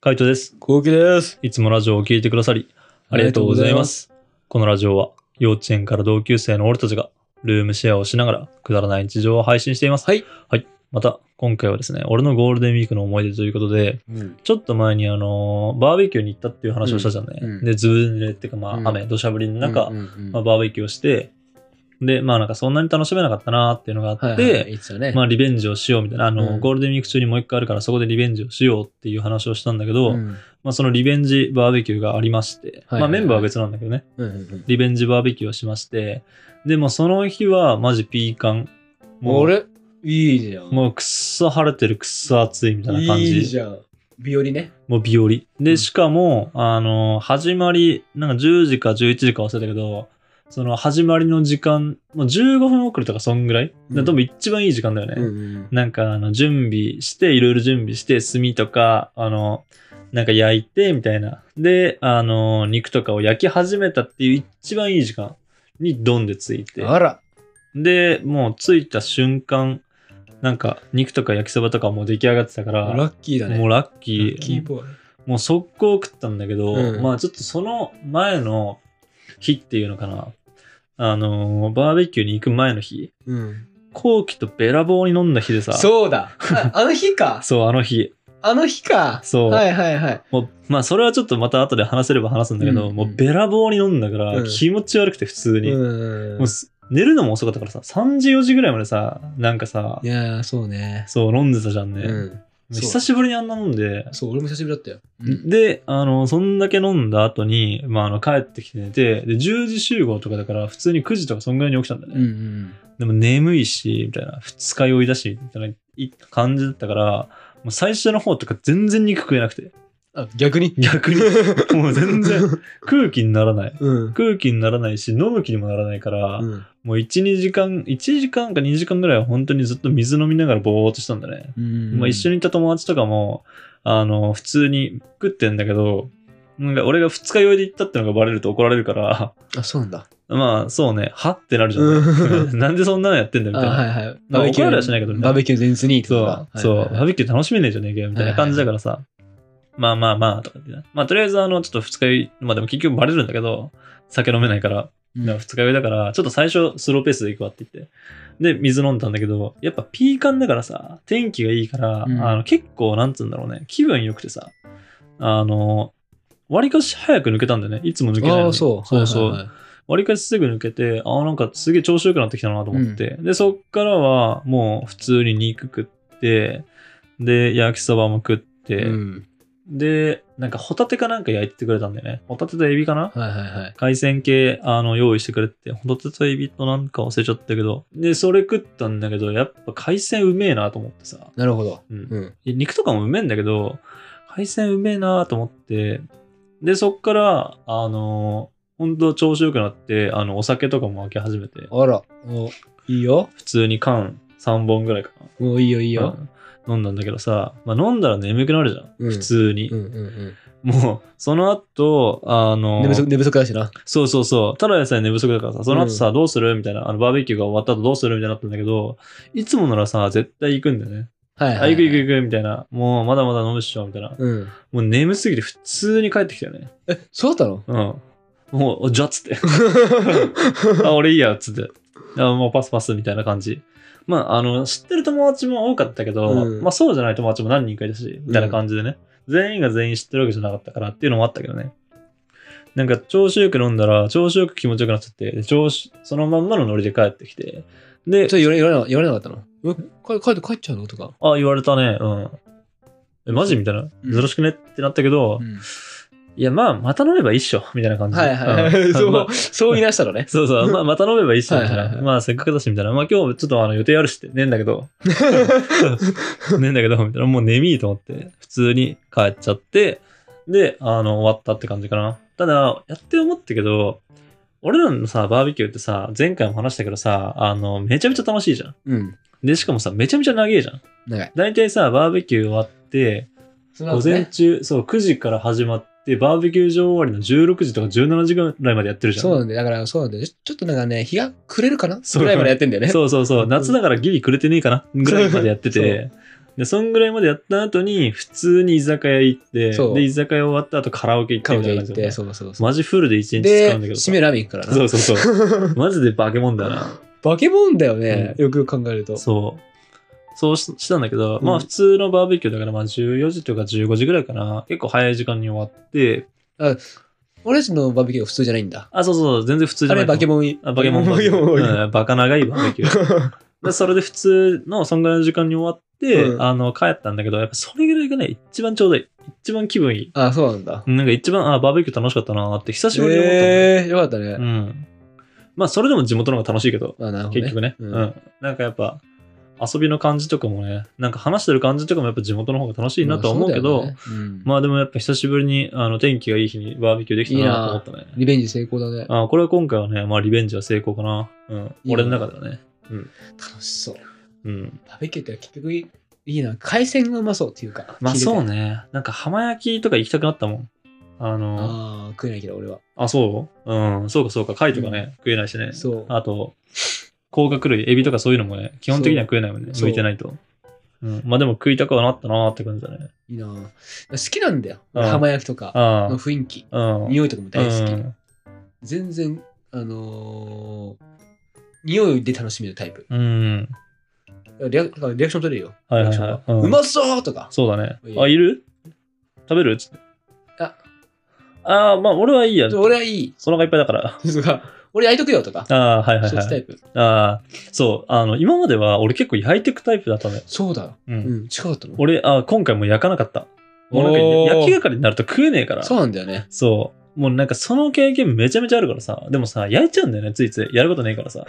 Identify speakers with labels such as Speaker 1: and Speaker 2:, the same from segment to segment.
Speaker 1: カイトです。
Speaker 2: コウキです。
Speaker 1: いつもラジオを聴いてくださり、ありがとうございます。このラジオは、幼稚園から同級生の俺たちが、ルームシェアをしながら、くだらない日常を配信しています。
Speaker 2: はい。
Speaker 1: また、今回はですね、俺のゴールデンウィークの思い出ということで、
Speaker 2: うん。
Speaker 1: ちょっと前にあのーバーベキューに行ったっていう話をしたじゃんね。
Speaker 2: うんうん
Speaker 1: で、ずぶ濡れっていうか、まあ、
Speaker 2: うん
Speaker 1: 雨、土砂降りの中、
Speaker 2: うんうんうん
Speaker 1: まあ、バーベキューをして、で、まあなんかそんなに楽しめなかったなーっていうのがあって、
Speaker 2: はいはい、いつよね。
Speaker 1: まあリベンジをしようみたいな、あの、
Speaker 2: うん
Speaker 1: ゴールデンウィーク中にもう一回あるからそこでリベンジをしようっていう話をしたんだけど、
Speaker 2: うん
Speaker 1: まあそのリベンジバーベキューがありまして、
Speaker 2: はいはい
Speaker 1: まあメンバーは別なんだけどね、
Speaker 2: うんうん
Speaker 1: リベンジバーベキューをしまして、でもその日はマジピーカン。
Speaker 2: うん。
Speaker 1: もう、
Speaker 2: れいいじゃん。
Speaker 1: もうくっそ晴れてるくっそ暑いみたいな感じ。
Speaker 2: いいじゃん。日和ね。
Speaker 1: もう日和。
Speaker 2: う
Speaker 1: で、
Speaker 2: ん
Speaker 1: しかも、あの、始まり、なんか10時か11時か忘れたけど、その始まりの時間、もう15分遅れとかそんぐらい、
Speaker 2: うん
Speaker 1: 多分一番いい時間だよね。
Speaker 2: うん
Speaker 1: なんかあの準備していろいろ準備して炭とかあのなんか焼いてみたいなであの肉とかを焼き始めたっていう一番いい時間にドンでついて
Speaker 2: あら。
Speaker 1: でもうついた瞬間なんか肉とか焼きそばとかもう出来上がってたから
Speaker 2: ラッキーだね。
Speaker 1: もうラッ
Speaker 2: ラ
Speaker 1: キー
Speaker 2: ッキーボーイ。
Speaker 1: もう速攻食ったんだけど、
Speaker 2: うん
Speaker 1: まあちょっとその前の日っていうのかなあのバーベキューに行く前の日
Speaker 2: うん。
Speaker 1: 後期とべらぼうに飲んだ日でさ
Speaker 2: そ うだ。ああの日か。
Speaker 1: そうあの日
Speaker 2: あの日か。
Speaker 1: そう
Speaker 2: はいはいはい。
Speaker 1: もうまあそれはちょっとまた後で話せれば話すんだけど、
Speaker 2: うん
Speaker 1: もうべらぼうに飲んだから
Speaker 2: うん
Speaker 1: 気持ち悪くて普通に、
Speaker 2: うん
Speaker 1: もうす寝るのも遅かったからさ3時4時ぐらいまでさなんかさ
Speaker 2: いやー、そうね。
Speaker 1: そう飲んでたじゃんね、
Speaker 2: うん。そう
Speaker 1: 久しぶりにあんな飲んで、
Speaker 2: そう、俺も久しぶりだったよ。うん
Speaker 1: であのそんだけ飲んだ後に、まあ、あの帰ってきて寝てで10時集合とかだから普通に9時とかそんぐらいに起きたんだよ
Speaker 2: う
Speaker 1: ね、
Speaker 2: ん
Speaker 1: でも眠いしみたいな二日酔いだしみたいない感じだったからもう最初の方とか全然肉食えなくて
Speaker 2: うん。あ、逆に
Speaker 1: 逆 に もう全然。空気にならない
Speaker 2: うん。
Speaker 1: 空気にならないし飲む気にもならないから、
Speaker 2: うん
Speaker 1: もう12時間1時間か2時間ぐらいは本当にずっと水飲みながらぼーっとしたんだね、
Speaker 2: うん
Speaker 1: まあ、一緒にいた友達とかもあの普通に食ってんだけどなんか俺が二日酔いで行ったってのがバレると怒られるから
Speaker 2: あ、そうなんだ。
Speaker 1: まあそうねはってなるじゃん なんでそんなのやってんだみ
Speaker 2: あ
Speaker 1: たいな、
Speaker 2: はいはい。
Speaker 1: まあ怒られはしないけどね
Speaker 2: バーベキュー前日にってこ
Speaker 1: そ
Speaker 2: と
Speaker 1: う、
Speaker 2: か
Speaker 1: そう、
Speaker 2: はいはい
Speaker 1: バーベキュー楽しめねえじゃねえかよみたいな感じだからさ、まあまあまあとか言ってねまあとりあえずあのちょっと二日酔いまあでも結局バレるんだけど酒飲めないから
Speaker 2: うん
Speaker 1: だから二日酔いだから、ちょっと最初スローペースで行くわって言って。で、水飲んだんだけど、やっぱピーカンだからさ、天気がいいから、
Speaker 2: うん
Speaker 1: あの結構、なんつうんだろうね、気分良くてさ、あの、割かし早く抜けたんだよね。いつも抜けないの
Speaker 2: あ
Speaker 1: に
Speaker 2: あ、そう。
Speaker 1: そうそう。
Speaker 2: はいはいはい
Speaker 1: 割かしすぐ抜けて、ああ、なんかすげえ調子良くなってきたなと思って。で、そっからは、もう普通に肉食って、で、焼きそばも食って、
Speaker 2: うん。
Speaker 1: で、なんかホタテかなんか焼いてくれたんだよね。ホタテとエビかな
Speaker 2: はいはいはい。
Speaker 1: 海鮮系あの用意してくれて、ホタテとエビとなんか忘れちゃったけど、で、それ食ったんだけど、やっぱ海鮮うめえなと思ってさ、
Speaker 2: なるほど。
Speaker 1: うん
Speaker 2: うん。
Speaker 1: 肉とかもうめえんだけど、海鮮うめえなと思って、で、そっから、あのほんと調子よくなって、あの、お酒とかも開け始めて、
Speaker 2: あら、おいいよ。
Speaker 1: 普通に缶3本ぐらいかな。
Speaker 2: もういいよいいよ。
Speaker 1: うん飲んだんだけどさ、まあ、飲んだら眠くなるじゃん、
Speaker 2: うん
Speaker 1: 普通に、
Speaker 2: うんうんうん。
Speaker 1: もうその後あの
Speaker 2: 寝不足寝不足だしな。
Speaker 1: そうそうそう。ただでさえ寝不足だからさ、その後さ、どうするみたいな、あの、バーベキューが終わった後どうするみたいになったんだけど、いつもならさ、絶対行くんだよね。
Speaker 2: はい
Speaker 1: あ、
Speaker 2: はい。
Speaker 1: 行く行く行く、みたいな。もう、まだまだ飲むっしょ、みたいな。も
Speaker 2: うん。
Speaker 1: う眠すぎて普通に帰ってきたよね。
Speaker 2: え、そうだったの
Speaker 1: うん。もう、じゃっつって。 あ、俺いいや、つって。あ、もうパスパス、みたいな感じ。まあ、あの、知ってる友達も多かったけど、
Speaker 2: うん
Speaker 1: まあ、そうじゃない友達も何人かいたし、みたいな感じでね。全員が全員知ってるわけじゃなかったからっていうのもあったけどね。なんか、調子よく飲んだら、調子よく気持ちよくなっちゃって、で調子、そのまんまのノリで帰ってきて。で
Speaker 2: ちょ、、言われ言われな言われなかったのえ帰帰って帰っちゃうのとか。
Speaker 1: あ、言われたね、うん。え、マジみたいな。
Speaker 2: うん
Speaker 1: よろしくねってなったけど、
Speaker 2: うん
Speaker 1: いや、まあ、また飲めばいいっしょ、みたいな感じ。
Speaker 2: はいはいは
Speaker 1: う
Speaker 2: い。
Speaker 1: んまあ。
Speaker 2: そう、そう言い出したのね
Speaker 1: そうそう、ま あ、また飲めばいいっしょ、みたい
Speaker 2: はいはい
Speaker 1: な。
Speaker 2: はい
Speaker 1: まあ、せっかくだし、みたいな。まあ、今日ちょっとあの予定あるしって、ねえんだけ ど、ねえんだけど、みたいな。もう眠いと思って、普通に帰っちゃって、で、あの、終わったって感じかな。ただ、やって思ったけど、俺らのさ、バーベキューってさ、前回も話したけどさ、あの、めちゃめちゃ楽しいじゃん。
Speaker 2: うん。
Speaker 1: で、しかもさ、めちゃめちゃ長いじゃん。
Speaker 2: 長い。
Speaker 1: 大体さ、バーベキュー終わって、
Speaker 2: その
Speaker 1: 午
Speaker 2: 後ね
Speaker 1: 前中、そう、9時から始まって、バーベキュー場終わりの16時とか17時ぐらいまでやってるじゃん。
Speaker 2: そうなんだよ。だから、そうなんだよ。ちょちょっとなんかね、日が暮れるかな
Speaker 1: そう
Speaker 2: ぐらいまでやってんだよね。
Speaker 1: そうそうそう、夏だからギリくれてねえかなぐらいまでやってて、で、そんぐらいまでやった後に、普通に居酒屋行って、
Speaker 2: そう
Speaker 1: で、居酒屋終わった後カラオケ行って
Speaker 2: 彼
Speaker 1: みたいな
Speaker 2: 女行っ
Speaker 1: 感じ
Speaker 2: て、
Speaker 1: だった
Speaker 2: そうそうそう。
Speaker 1: マジフルで一日使
Speaker 2: で、
Speaker 1: うんだけどさ
Speaker 2: 締めラーメン行くからな。
Speaker 1: そうそう そう。マジで化け物だよな。
Speaker 2: バケモンだよね、よくよく考えると。
Speaker 1: そう。そうししたんだけど、
Speaker 2: うん
Speaker 1: まあ普通のバーベキューだからまあ14時とか15時ぐらいかな。結構早い時間に終わって、
Speaker 2: 俺たちのバーベキューは普通じゃないんだ。
Speaker 1: あ、そうそう、全然普通じ
Speaker 2: あ
Speaker 1: ゃな
Speaker 2: れ、
Speaker 1: いと
Speaker 2: バ
Speaker 1: 思
Speaker 2: ケ
Speaker 1: う。
Speaker 2: モン。
Speaker 1: あバケモンバ
Speaker 2: バ
Speaker 1: ーベ
Speaker 2: ケ
Speaker 1: キュ
Speaker 2: モンバケモン。
Speaker 1: ー。うん、バカ長いバー ベキュー。でそれで普通のそんぐらいの時間に終わって、
Speaker 2: うん
Speaker 1: あの帰ったんだけど、やっぱそれぐらいがね、一番ちょうどいい。一番気分いい。
Speaker 2: あ、そうなんだ。
Speaker 1: なんか一番、あ、バーベキュー楽しかったなーって久しぶりに思ったもんね、
Speaker 2: えー、よかったね。
Speaker 1: うん。まあそれでも地元の方が楽しいけど、
Speaker 2: まあ、なるほどね。
Speaker 1: 結局ね。う、
Speaker 2: うんん
Speaker 1: なんかやっぱ、遊びの感じとかもね、なんか話してる感じとかもやっぱ地元の方が楽しいなとは思うけど、まあ、
Speaker 2: まあそうだよねうん
Speaker 1: でもやっぱ久しぶりにあの天気がいい日にバーベキューできたなと思ったね。
Speaker 2: リベンジ成功だね。
Speaker 1: あこれは今回はね、まあリベンジは成功かな。うん。
Speaker 2: いい
Speaker 1: 俺
Speaker 2: よ
Speaker 1: の中ではね。
Speaker 2: 楽しそう。
Speaker 1: うん。
Speaker 2: バーベキューって結局いいいいな。海鮮がうまそうっていうか。
Speaker 1: まあそう
Speaker 2: ね。
Speaker 1: ね。なんか浜焼きとか行きたくなったもん。あの、
Speaker 2: ああ、食えないけど俺は。
Speaker 1: あそううん。そうかそうか。貝とかね、食えないしね。
Speaker 2: そう
Speaker 1: あと、甲殻類、エビとかそういうのもね、基本的には食えないもんね。
Speaker 2: そう
Speaker 1: 向いてないと。うん。まあでも食いたくはなったなって感じだね。
Speaker 2: いいな。好きなんだよ。
Speaker 1: うん
Speaker 2: 浜焼きとか
Speaker 1: あ
Speaker 2: の雰囲気。
Speaker 1: あ。うん。
Speaker 2: 匂いとかも大好き。
Speaker 1: き。
Speaker 2: 全然、あのー、匂いで楽しめるタイプ。
Speaker 1: うん。
Speaker 2: リアだからリアクション取れるよ。
Speaker 1: はいは
Speaker 2: リア
Speaker 1: い
Speaker 2: クションが
Speaker 1: はい。うん
Speaker 2: うまそうとか。
Speaker 1: そうだね
Speaker 2: いい。よ
Speaker 1: あ、いる食べるつって。
Speaker 2: あ、
Speaker 1: ああ、まあ俺はいいや。
Speaker 2: 俺はいい。
Speaker 1: そのがいっぱいだから。
Speaker 2: とか、俺焼いとくよとか。
Speaker 1: ああ、はいはい
Speaker 2: そっ
Speaker 1: は
Speaker 2: ちタイ
Speaker 1: い。
Speaker 2: プ。
Speaker 1: ああ、そう。あの、今までは俺結構焼いてくタイプだったのよ。
Speaker 2: そうだ。
Speaker 1: う。
Speaker 2: うんん、違かったの。
Speaker 1: 俺、あ今回もう焼かなかった。もうなんか
Speaker 2: おー
Speaker 1: 焼き係になると食えねえから。
Speaker 2: そうなんだよね。
Speaker 1: そう。もうなんかその経験めちゃめちゃあるからさ。でもさ、焼いちゃうんだよね、ついつい。やることねえから さ。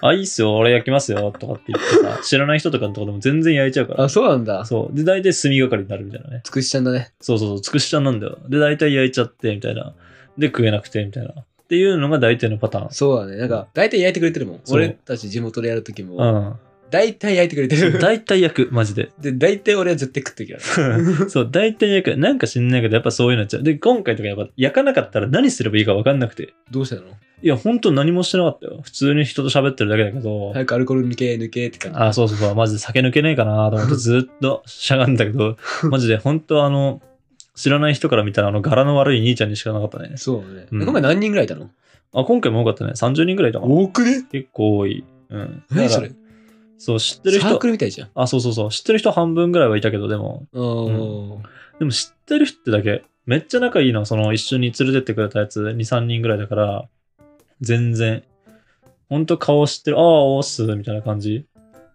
Speaker 1: あ、いいっすよ、俺焼きますよ、とかって言ってさ、知らない人とかのとこでも全然焼いちゃうから
Speaker 2: あ、。そうなんだ。
Speaker 1: そう。で、大体炭係になるみたいなね。
Speaker 2: つくしちゃんだね。
Speaker 1: そうそうそう、つくしちゃんなんだよ。で、大体焼いちゃって、みたいな。で、食えなくて、みたいな。っていうのが大体のパターン。
Speaker 2: そうだね。なんか、大体焼いてくれてるもん。
Speaker 1: そう
Speaker 2: 俺たち地元でやるとき
Speaker 1: う
Speaker 2: も、大体焼いてくれて
Speaker 1: ん。
Speaker 2: る。
Speaker 1: 大体焼く、マジで。
Speaker 2: で、大体俺は絶対食ってきた。
Speaker 1: そう、大体焼く。なんか知んないけど、やっぱそういうのやっちゃう。で、今回とかやっぱ焼かなかったら何すればいいか分かんなくて。
Speaker 2: どうしたの
Speaker 1: いや、本当何もしてなかったよ。普通に人と喋ってるだけだけど。
Speaker 2: 早くアルコール抜け、抜けって感
Speaker 1: あ、そうそうそう。マジで酒抜けねえかなと思っ てずっとしゃがんだけど、マジで本当あの、知らない人から見たらあの柄の悪い兄ちゃんにしかなかったね
Speaker 2: じ。。そうね。
Speaker 1: うん
Speaker 2: 今回何人ぐらいいたの
Speaker 1: あ、今回も多かったね。30人ぐらいいたかな。
Speaker 2: くね
Speaker 1: 結構多い。うん。だから
Speaker 2: 何それ
Speaker 1: そう、知ってる
Speaker 2: サー
Speaker 1: 人
Speaker 2: ク、ルみたいじゃん。
Speaker 1: あ、そうそうそう、知ってる人半分ぐらいはいたけど、でも、
Speaker 2: おー
Speaker 1: でも知ってる人ってだけ、めっちゃ仲いいの、その一緒に連れてってくれたやつ、2、3人ぐらいだから、全然、ほんと顔知ってる、ああ、おーっす、みたいな感じ。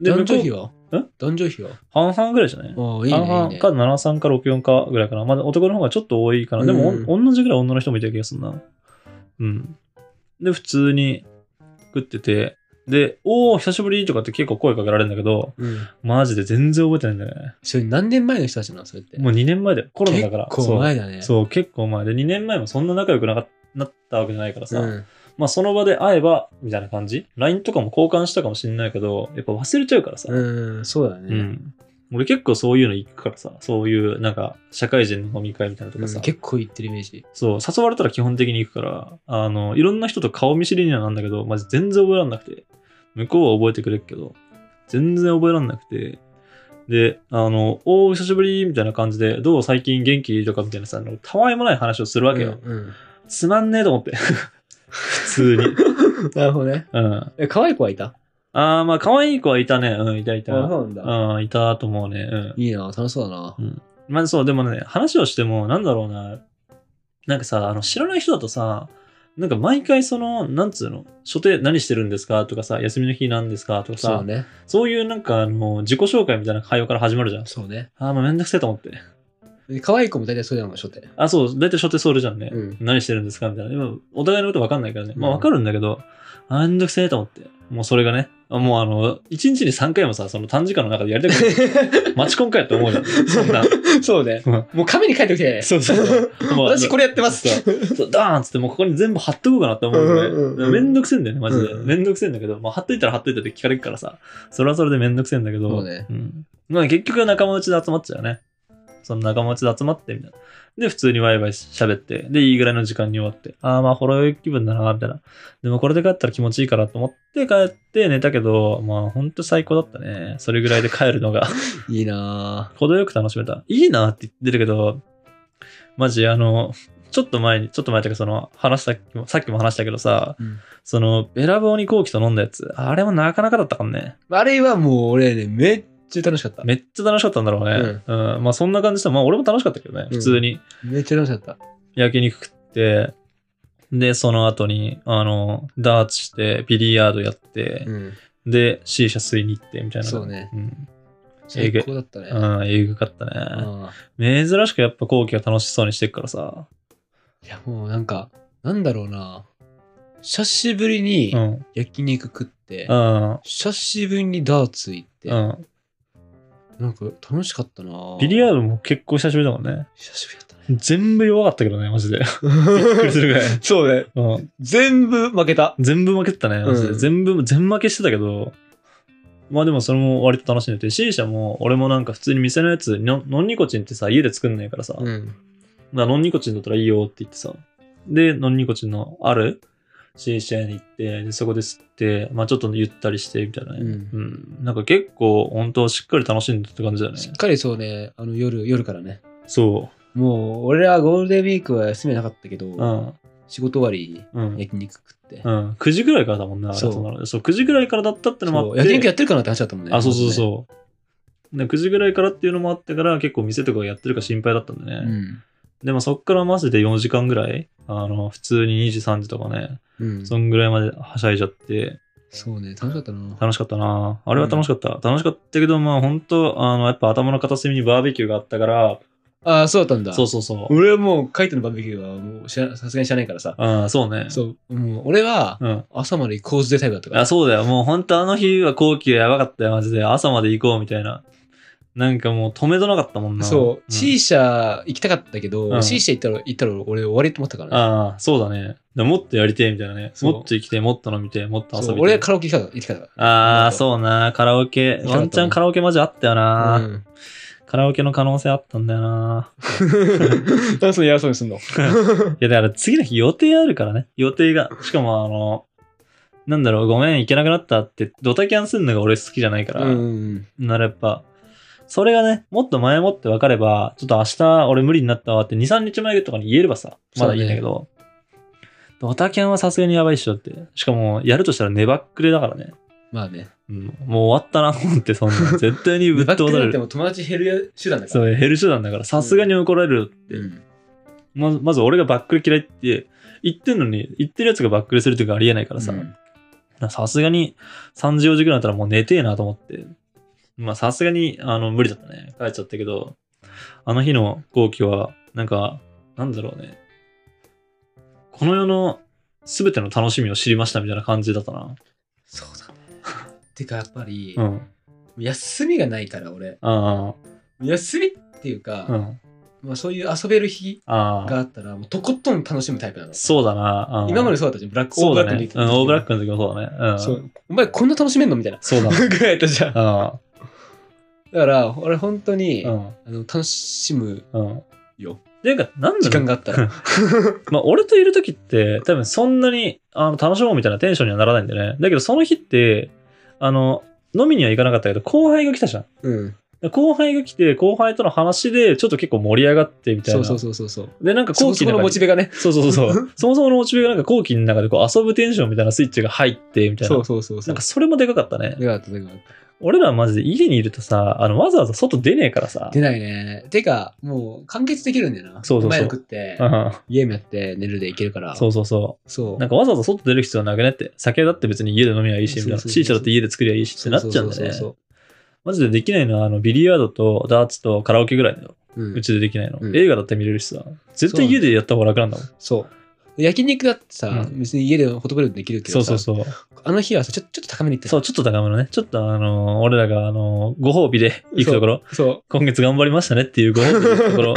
Speaker 1: で、
Speaker 2: 男
Speaker 1: 向こ
Speaker 2: 女比
Speaker 1: う、
Speaker 2: は
Speaker 1: ん
Speaker 2: 男女比は
Speaker 1: 半々ぐらいじゃない
Speaker 2: おーいいね、
Speaker 1: 半
Speaker 2: いい
Speaker 1: 々
Speaker 2: ね。
Speaker 1: か73か64かぐらいかな。まだ男の方がちょっと多いかな。でも、
Speaker 2: うん
Speaker 1: おん同じぐらい女の人もいた気がするな。うん。で、普通に食ってて、で、おー、久しぶりとかって結構声かけられるんだけど、
Speaker 2: うん。
Speaker 1: マジで全然覚えてないんだよね。
Speaker 2: それ何年前の人たちなのそれって。
Speaker 1: もう2年前だよ。コロナだから。
Speaker 2: 結構前だね。
Speaker 1: そうそう、結構前で、2年前もそんな仲良くなかなったわけじゃないからさ、
Speaker 2: うん。
Speaker 1: まあその場で会えば、みたいな感じ。LINE とかも交換したかもしれないけど、やっぱ忘れちゃうからさ。
Speaker 2: うん、そうだ
Speaker 1: う
Speaker 2: ね。
Speaker 1: ん俺結構そういうの行くからさ、そういうなんか社会人の飲み会みたいなのと
Speaker 2: う
Speaker 1: か
Speaker 2: ん
Speaker 1: さ、
Speaker 2: 結構言ってるイメージ。
Speaker 1: そう、誘われたら基本的に行くから、あの、いろんな人と顔見知りにはなんだけど、まジ全然覚えらんなくて、向こうは覚えてくれるけど、全然覚えらんなくて、で、あの、おー、久しぶりみたいな感じで、どう最近元気とかみたいなさ、あのたわいもない話をするわけよ。
Speaker 2: うんうん
Speaker 1: つまんねえと思って。普通に。
Speaker 2: なるほどね。
Speaker 1: うん。
Speaker 2: え、可愛い子はいた
Speaker 1: ああ、まあ、可愛い子はいたね。うん、いたいた。
Speaker 2: そうなんだ
Speaker 1: うん、いたと思うね。うん。
Speaker 2: いいな、楽しそうだな。
Speaker 1: まあ、そう、でもね、話をしても、なんだろうな。なんかさ、あの、知らない人だとさ、なんか毎回その、なんつうの、所定何してるんですかとかさ、休みの日なんですかとかさ、
Speaker 2: そ
Speaker 1: そうう,、
Speaker 2: ね。
Speaker 1: いうなんか、あの、自己紹介みたいな会話から始まるじゃん。
Speaker 2: そうね。
Speaker 1: ああ、まあ、めんどくせえと思って。
Speaker 2: で可愛い子も大体そうなの、初手。
Speaker 1: あ、そう、大体所定それじゃんね。
Speaker 2: うん
Speaker 1: 何してるんですかみたいな。でもお互いのこと分かんないからね。まあ
Speaker 2: うん
Speaker 1: 分かるんだけど、あ、めんどくせえと思って。もうそれがね、あもうあの、一日に3回もさ、その短時間の中でやりたくない。 待ちコンかよって思うじゃん。そんな。
Speaker 2: そうね。
Speaker 1: うん
Speaker 2: もう紙に書いておきたい ね。
Speaker 1: そう そうそう。もう
Speaker 2: 私これやってます。
Speaker 1: そうダーンっつって、もうここに全部貼っとこうかなって思う
Speaker 2: うんうんう
Speaker 1: よ
Speaker 2: ん
Speaker 1: ね。めんどくせえんだよね、マジで。
Speaker 2: うん
Speaker 1: めんどくせえんだけど、まあ貼っといたら貼っといたって聞かれるからさ、それはそれでめんどくせえんだけど、
Speaker 2: そうね
Speaker 1: んまあ結局は仲間内で集まっちゃうね。その仲間内で集まって、みたいな。で、普通にワイワイ喋って、で、いいぐらいの時間に終わって、ああ、まあ、ほろ酔い気分だな、みたいな。でも、これで帰ったら気持ちいいからと思って帰って寝たけど、まあ、ほんと最高だったね。それぐらいで帰るのが。
Speaker 2: いいな
Speaker 1: 程よく楽しめた。いいなって言ってるけど、マジあの、ちょっと前に、ちょっと前というかその話したっきも、さっきも話したけどさ、
Speaker 2: うん
Speaker 1: そのべらぼうにこうきと飲んだやつ、あれもなかなかだったからね。
Speaker 2: ぁあれはもう俺ね、めっちゃ楽しかった。め
Speaker 1: めっちゃ楽しかったんだろうね。うん。まあそんな感じで、まあ俺も楽しかったけどね、
Speaker 2: うん
Speaker 1: 普通に
Speaker 2: っちゃ楽しかった。
Speaker 1: 焼肉食って、で、その後に、あの、ダーツして、ビリヤードやって、
Speaker 2: うん。
Speaker 1: で、C 社吸いに行って、みたいな。
Speaker 2: そうね。
Speaker 1: うん。
Speaker 2: 最高だったね。
Speaker 1: うん、えぐかった
Speaker 2: う
Speaker 1: ね。
Speaker 2: ん
Speaker 1: 珍しくやっぱ後期が楽しそうにしてるからさ。
Speaker 2: いやもうなんか、なんだろうな久しぶりに
Speaker 1: うん。
Speaker 2: 焼肉食って、
Speaker 1: うん。
Speaker 2: 久しぶりにダーツ行って、
Speaker 1: うん。
Speaker 2: なんか楽しかったなぁ
Speaker 1: ビリヤードも結構久しぶりだもんね。
Speaker 2: 久しぶりだったね。
Speaker 1: 全部弱かったけどね、マジで。 びっくりするぐらい。
Speaker 2: そうね。
Speaker 1: うん。
Speaker 2: 全部負けた。
Speaker 1: 全部負けてたね、マジで。
Speaker 2: うん
Speaker 1: 全部、全負けしてたけど。まあでもそれも割と楽しんでて、C 社も俺もなんか普通に店のやつ、ノノンニコチンってさ、家で作んないからさ、
Speaker 2: うん。
Speaker 1: まあノンニコチンだったらいいよって言ってさ。で、ノンニコチンのある C 社に行って、でそこで吸って、まあちょっとゆったりしてみたいなね。
Speaker 2: うん
Speaker 1: うん、なんか結構本当しっかり楽しんでたって感じだよね
Speaker 2: し。っかりそうね、あの夜、夜からね。
Speaker 1: そ
Speaker 2: もう、俺はゴールデンウィークは休めなかったけど、
Speaker 1: う。うん。
Speaker 2: 仕事終わり
Speaker 1: うん
Speaker 2: に。焼肉食って、
Speaker 1: うん、9時ぐらいからだもんな、あれ
Speaker 2: そう
Speaker 1: そうなのそう9時ぐらいからだったってのもあ
Speaker 2: そ
Speaker 1: っ
Speaker 2: う
Speaker 1: て、
Speaker 2: 焼肉やってるかなって話だったもんね。
Speaker 1: あ、そうそう
Speaker 2: う。
Speaker 1: そう。で9時ぐらいからっていうのもあってから、結構店とかやってるか心配だったんだ
Speaker 2: う
Speaker 1: ね。
Speaker 2: ん。
Speaker 1: でもそっからマジで4時間ぐらい、あの、普通に2時、3時とかね、
Speaker 2: うん、
Speaker 1: そんぐらいまではしゃいじゃって、
Speaker 2: そうね、楽しかったな。
Speaker 1: 楽しかったな。あれは楽しかった。楽しかったけど、まあ本当あの、やっぱ頭の片隅にバーベキューがあったから、
Speaker 2: あそうだったんだ。
Speaker 1: そうそうそう。
Speaker 2: 俺はもう、カイトのバーベキューはもう知ら、さすがに知らないからさ。
Speaker 1: うん、そうね。
Speaker 2: そう、もう、俺は、
Speaker 1: うん。
Speaker 2: 朝まで行こうぜタイプだったから。
Speaker 1: あ、そうだよ。もう本当あの日は後期がやばかったよ、マジで。朝まで行こうみたいな。なんかもう止めどなかったもんな。
Speaker 2: そう、
Speaker 1: ん
Speaker 2: C 社行きたかったけど、
Speaker 1: うん
Speaker 2: C 社行ったら、行ったら俺終わりと思ったからね。
Speaker 1: ああ、そうだね。でももっとやりてえみたいなね。
Speaker 2: そう
Speaker 1: もっと生きて、もっと飲みて、もっと遊びて
Speaker 2: そう
Speaker 1: え。
Speaker 2: 俺はカラオケ行きたか行きたかった
Speaker 1: ああ、そうな。カラオケ。
Speaker 2: 行きたかったな
Speaker 1: ワンチャンカラオケマジあったよな、
Speaker 2: うん
Speaker 1: カラオケの可能性あったんだよな。
Speaker 2: なんでその偉そうにすんの
Speaker 1: いや、だから次の日予定あるからね。予定が。しかも、あの、なんだろう、ごめん、行けなくなったって、ドタキャンするのが俺好きじゃないから。
Speaker 2: うん。
Speaker 1: ならやっぱ、それがね、もっと前もって分かれば、ちょっと明日俺無理になったわって2、3日前とかに言えればさ、まだいいんだけど、ドタキャンはさすがにやばいっしょって。しかも、やるとしたら寝ばっくれだからね。
Speaker 2: まあね。
Speaker 1: うん、もう終わったなと 思って、そんな。絶対にぶっ
Speaker 2: バッ
Speaker 1: 飛ば
Speaker 2: ク
Speaker 1: さ
Speaker 2: だ
Speaker 1: れ
Speaker 2: って
Speaker 1: る。
Speaker 2: も友達減る手段だから。
Speaker 1: そう、減る手段だから、さすがに怒られるって。
Speaker 2: うん
Speaker 1: まずまず俺がバックレ嫌いって言ってんのに、言ってるやつがバックレするとかありえないからさ、
Speaker 2: うん
Speaker 1: さすがに3時4時ぐらいだったらもう寝てえなと思って。まあさすがにあの無理だったね。帰っちゃったけど、あの日の後期は、なんか、なんだろうね。この世の全ての楽しみを知りましたみたいな感じだったな。
Speaker 2: そうだね。 てかやっぱり
Speaker 1: う、ん。
Speaker 2: 休みがないから俺。
Speaker 1: あ
Speaker 2: 休みっていう
Speaker 1: あ、う
Speaker 2: か、
Speaker 1: ん。
Speaker 2: まあそういう遊べる日
Speaker 1: あ
Speaker 2: が
Speaker 1: あ、
Speaker 2: あったら、もうとことん楽しむタイプなの。
Speaker 1: そうだな。うん
Speaker 2: 今までそうだったじゃん。ブラック、
Speaker 1: そう
Speaker 2: オーブ
Speaker 1: だ
Speaker 2: ラックに
Speaker 1: ね
Speaker 2: 行っ。て
Speaker 1: うん、オーブラックの時もそうだね。うん。
Speaker 2: そ。う。お前こんな楽しめんのみたいな。
Speaker 1: そうだね。
Speaker 2: ぐらいやったじゃん。だ
Speaker 1: あ
Speaker 2: から、俺本当に、
Speaker 1: あ、
Speaker 2: あ
Speaker 1: うん。
Speaker 2: の、楽しむ
Speaker 1: うん。っ
Speaker 2: よ。
Speaker 1: ていうか、なんだ
Speaker 2: 時
Speaker 1: ろう
Speaker 2: 間があ ったら。
Speaker 1: まあ、俺といる時って、多分そんなにあの楽しもうみたいなテンションにはならないんだよね。だけど、その日って、あの、飲みには行かなかったけど、後輩が来たじゃん。
Speaker 2: うん。
Speaker 1: で後輩が来て、後輩との話で、ちょっと結構盛り上がってみたい
Speaker 2: そ
Speaker 1: な。
Speaker 2: うそうそうそうそう。
Speaker 1: で、なんか
Speaker 2: そ
Speaker 1: 後
Speaker 2: もそ
Speaker 1: 期
Speaker 2: もの
Speaker 1: 中
Speaker 2: モ
Speaker 1: に
Speaker 2: チベがね。
Speaker 1: そうそうそうそう。そもそものモチベがなんか後期の中でこう遊ぶテンションみたいなスイッチが入って、みたいな。
Speaker 2: そうそうそうそ
Speaker 1: な
Speaker 2: う。
Speaker 1: んかそれもでかかったね。
Speaker 2: 出なかった出なかっ
Speaker 1: 俺らマジで家にいるとさ、あの、わざわざ外出ねえからさ
Speaker 2: た。出。ないね。てか、もう完結できるんだよな。
Speaker 1: そうそうそう
Speaker 2: 前食って、
Speaker 1: う
Speaker 2: ゲームやって寝るでいけるから。
Speaker 1: ん、そうそうそう。
Speaker 2: そう。
Speaker 1: なんかわざわざ外出る必要なくねって、酒だって別に家で飲みゃいいし、みたいな。
Speaker 2: そうそうそ
Speaker 1: C
Speaker 2: う
Speaker 1: 社だって家で作りゃいいしってなっちゃうんだ
Speaker 2: そう
Speaker 1: ね
Speaker 2: そう。そう
Speaker 1: マジでできないのは、あの、ビリヤードとダーツとカラオケぐらいだよ。
Speaker 2: そう。うん
Speaker 1: うちでできないの。
Speaker 2: うん
Speaker 1: 映画だって見れるしさ。絶対家でやった方が楽なんだもん。
Speaker 2: そう。焼肉だってさ、
Speaker 1: うん
Speaker 2: 別に家でホットプレートできるけ
Speaker 1: そ
Speaker 2: ど
Speaker 1: う
Speaker 2: さ、
Speaker 1: そうそう。
Speaker 2: あの日はさ、ちょちょっと高めに行ってた
Speaker 1: そう、ちょっと高めのね。ちょっとあのー俺らがあのーご褒美で行くところ、
Speaker 2: そ
Speaker 1: 今月頑張りましたねっていうご褒美で行くとこ ろ、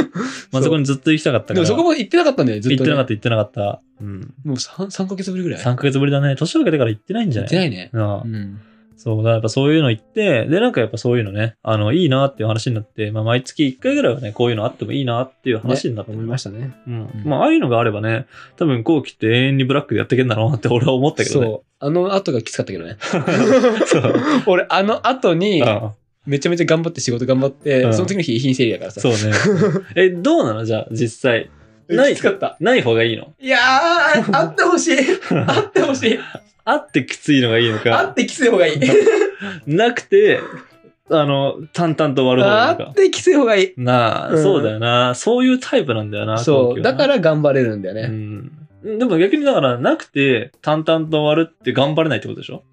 Speaker 1: まあそこにずっと行きたかった
Speaker 2: う。
Speaker 1: か
Speaker 2: で
Speaker 1: ら。
Speaker 2: もそこも行ってなかったんだよ、ずっ
Speaker 1: 行っ
Speaker 2: と
Speaker 1: て
Speaker 2: ね、
Speaker 1: なかった、行ってなかった。うん。
Speaker 2: もう 3, 三ヶ月ぶりぐらい。
Speaker 1: 3ヶ月ぶりだね。年明けてから行ってないんじゃ
Speaker 2: 行
Speaker 1: な
Speaker 2: っ
Speaker 1: い
Speaker 2: てないね。
Speaker 1: なあ
Speaker 2: うん。
Speaker 1: そう、だからやっぱそういうの行って、で、なんかやっぱそういうのね、あの、いいなっていう話になって、まあ、毎月1回ぐらいはね、こういうのあってもいいなっていう話になってる、
Speaker 2: 思いましたね。
Speaker 1: うん
Speaker 2: うん
Speaker 1: まあ、ああいうのがあればね、多分後期って永遠にブラックでやっていけんだろうなって俺は思ったけどね。
Speaker 2: そう。あの後がきつかったけ どね。
Speaker 1: そう。
Speaker 2: 俺、あの後に、
Speaker 1: ああ
Speaker 2: めちゃめちゃ頑張って仕事頑張って、
Speaker 1: うん
Speaker 2: その次の日遺品整理だからさ。
Speaker 1: そうね。え、どうなのじゃあ、実際。ない
Speaker 2: きつかった。
Speaker 1: ない方がいいの
Speaker 2: いやー、あってほ しい。あってほしい。
Speaker 1: あってきついのがいいの
Speaker 2: あ
Speaker 1: か
Speaker 2: っ、てきつい方がいい。
Speaker 1: なくて、あの、淡々と終わる方
Speaker 2: あ
Speaker 1: がいいの
Speaker 2: っ
Speaker 1: か。
Speaker 2: てきつい方がいい。
Speaker 1: なあ、
Speaker 2: うん
Speaker 1: そうだよな。そういうタイプなんだよな。
Speaker 2: そ
Speaker 1: 後期は
Speaker 2: う。
Speaker 1: な
Speaker 2: だから頑張れるんだよ
Speaker 1: う
Speaker 2: ね。
Speaker 1: ん。でも逆にだから、なくて、淡々と終わるって頑張れないってことでしょ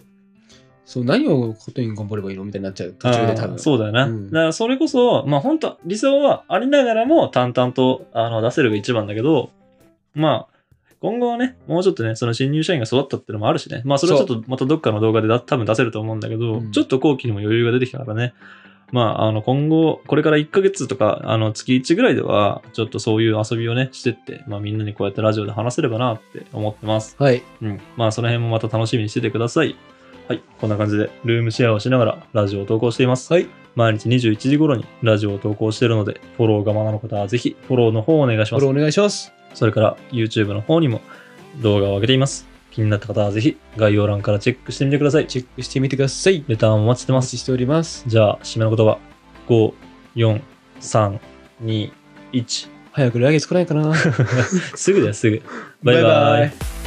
Speaker 2: そう、何をことに頑張ればいいのみたいになっちゃう。途中で多
Speaker 1: あー
Speaker 2: 分。
Speaker 1: そうだよな。
Speaker 2: うん
Speaker 1: だからそれこそ、まあ本当理想はありながらも淡々とあの出せるが一番だけど、まあ、今後はね、もうちょっとね、その新入社員が育ったっていうのもあるしね、まあそれはちょっとまたどっかの動画でだ多分出せると思うんだけど、
Speaker 2: うん
Speaker 1: ちょっと後期にも余裕が出てきたからね、まああの今後、これから1ヶ月とか、あの月1ぐらいでは、ちょっとそういう遊びをね、してって、まあみんなにこうやってラジオで話せればなって思ってます。
Speaker 2: はい。
Speaker 1: うん。まあ、その辺もまた楽しみにしててください。はい。こんな感じで、ルームシェアをしながらラジオを投稿しています。
Speaker 2: はい。
Speaker 1: 毎日21時頃にラジオを投稿しているので、フォローがまだの方はぜひ、フォローの方をお願いし
Speaker 2: フ
Speaker 1: ま
Speaker 2: ォ
Speaker 1: す
Speaker 2: ロ。ーお願いします。
Speaker 1: それから、YouTube の方にも動画を上げています。気になった方はぜひ、概要欄からチェックしてみてください。
Speaker 2: チェックしてみてください。
Speaker 1: レターンお待ちして
Speaker 2: お
Speaker 1: ま
Speaker 2: 待
Speaker 1: す。
Speaker 2: ちしております。
Speaker 1: じゃあ、締めの言葉。5、4、3、2、1。
Speaker 2: 早く来月来ないかな。
Speaker 1: すぐだよ、すぐ。バイバイ。
Speaker 2: バイバイ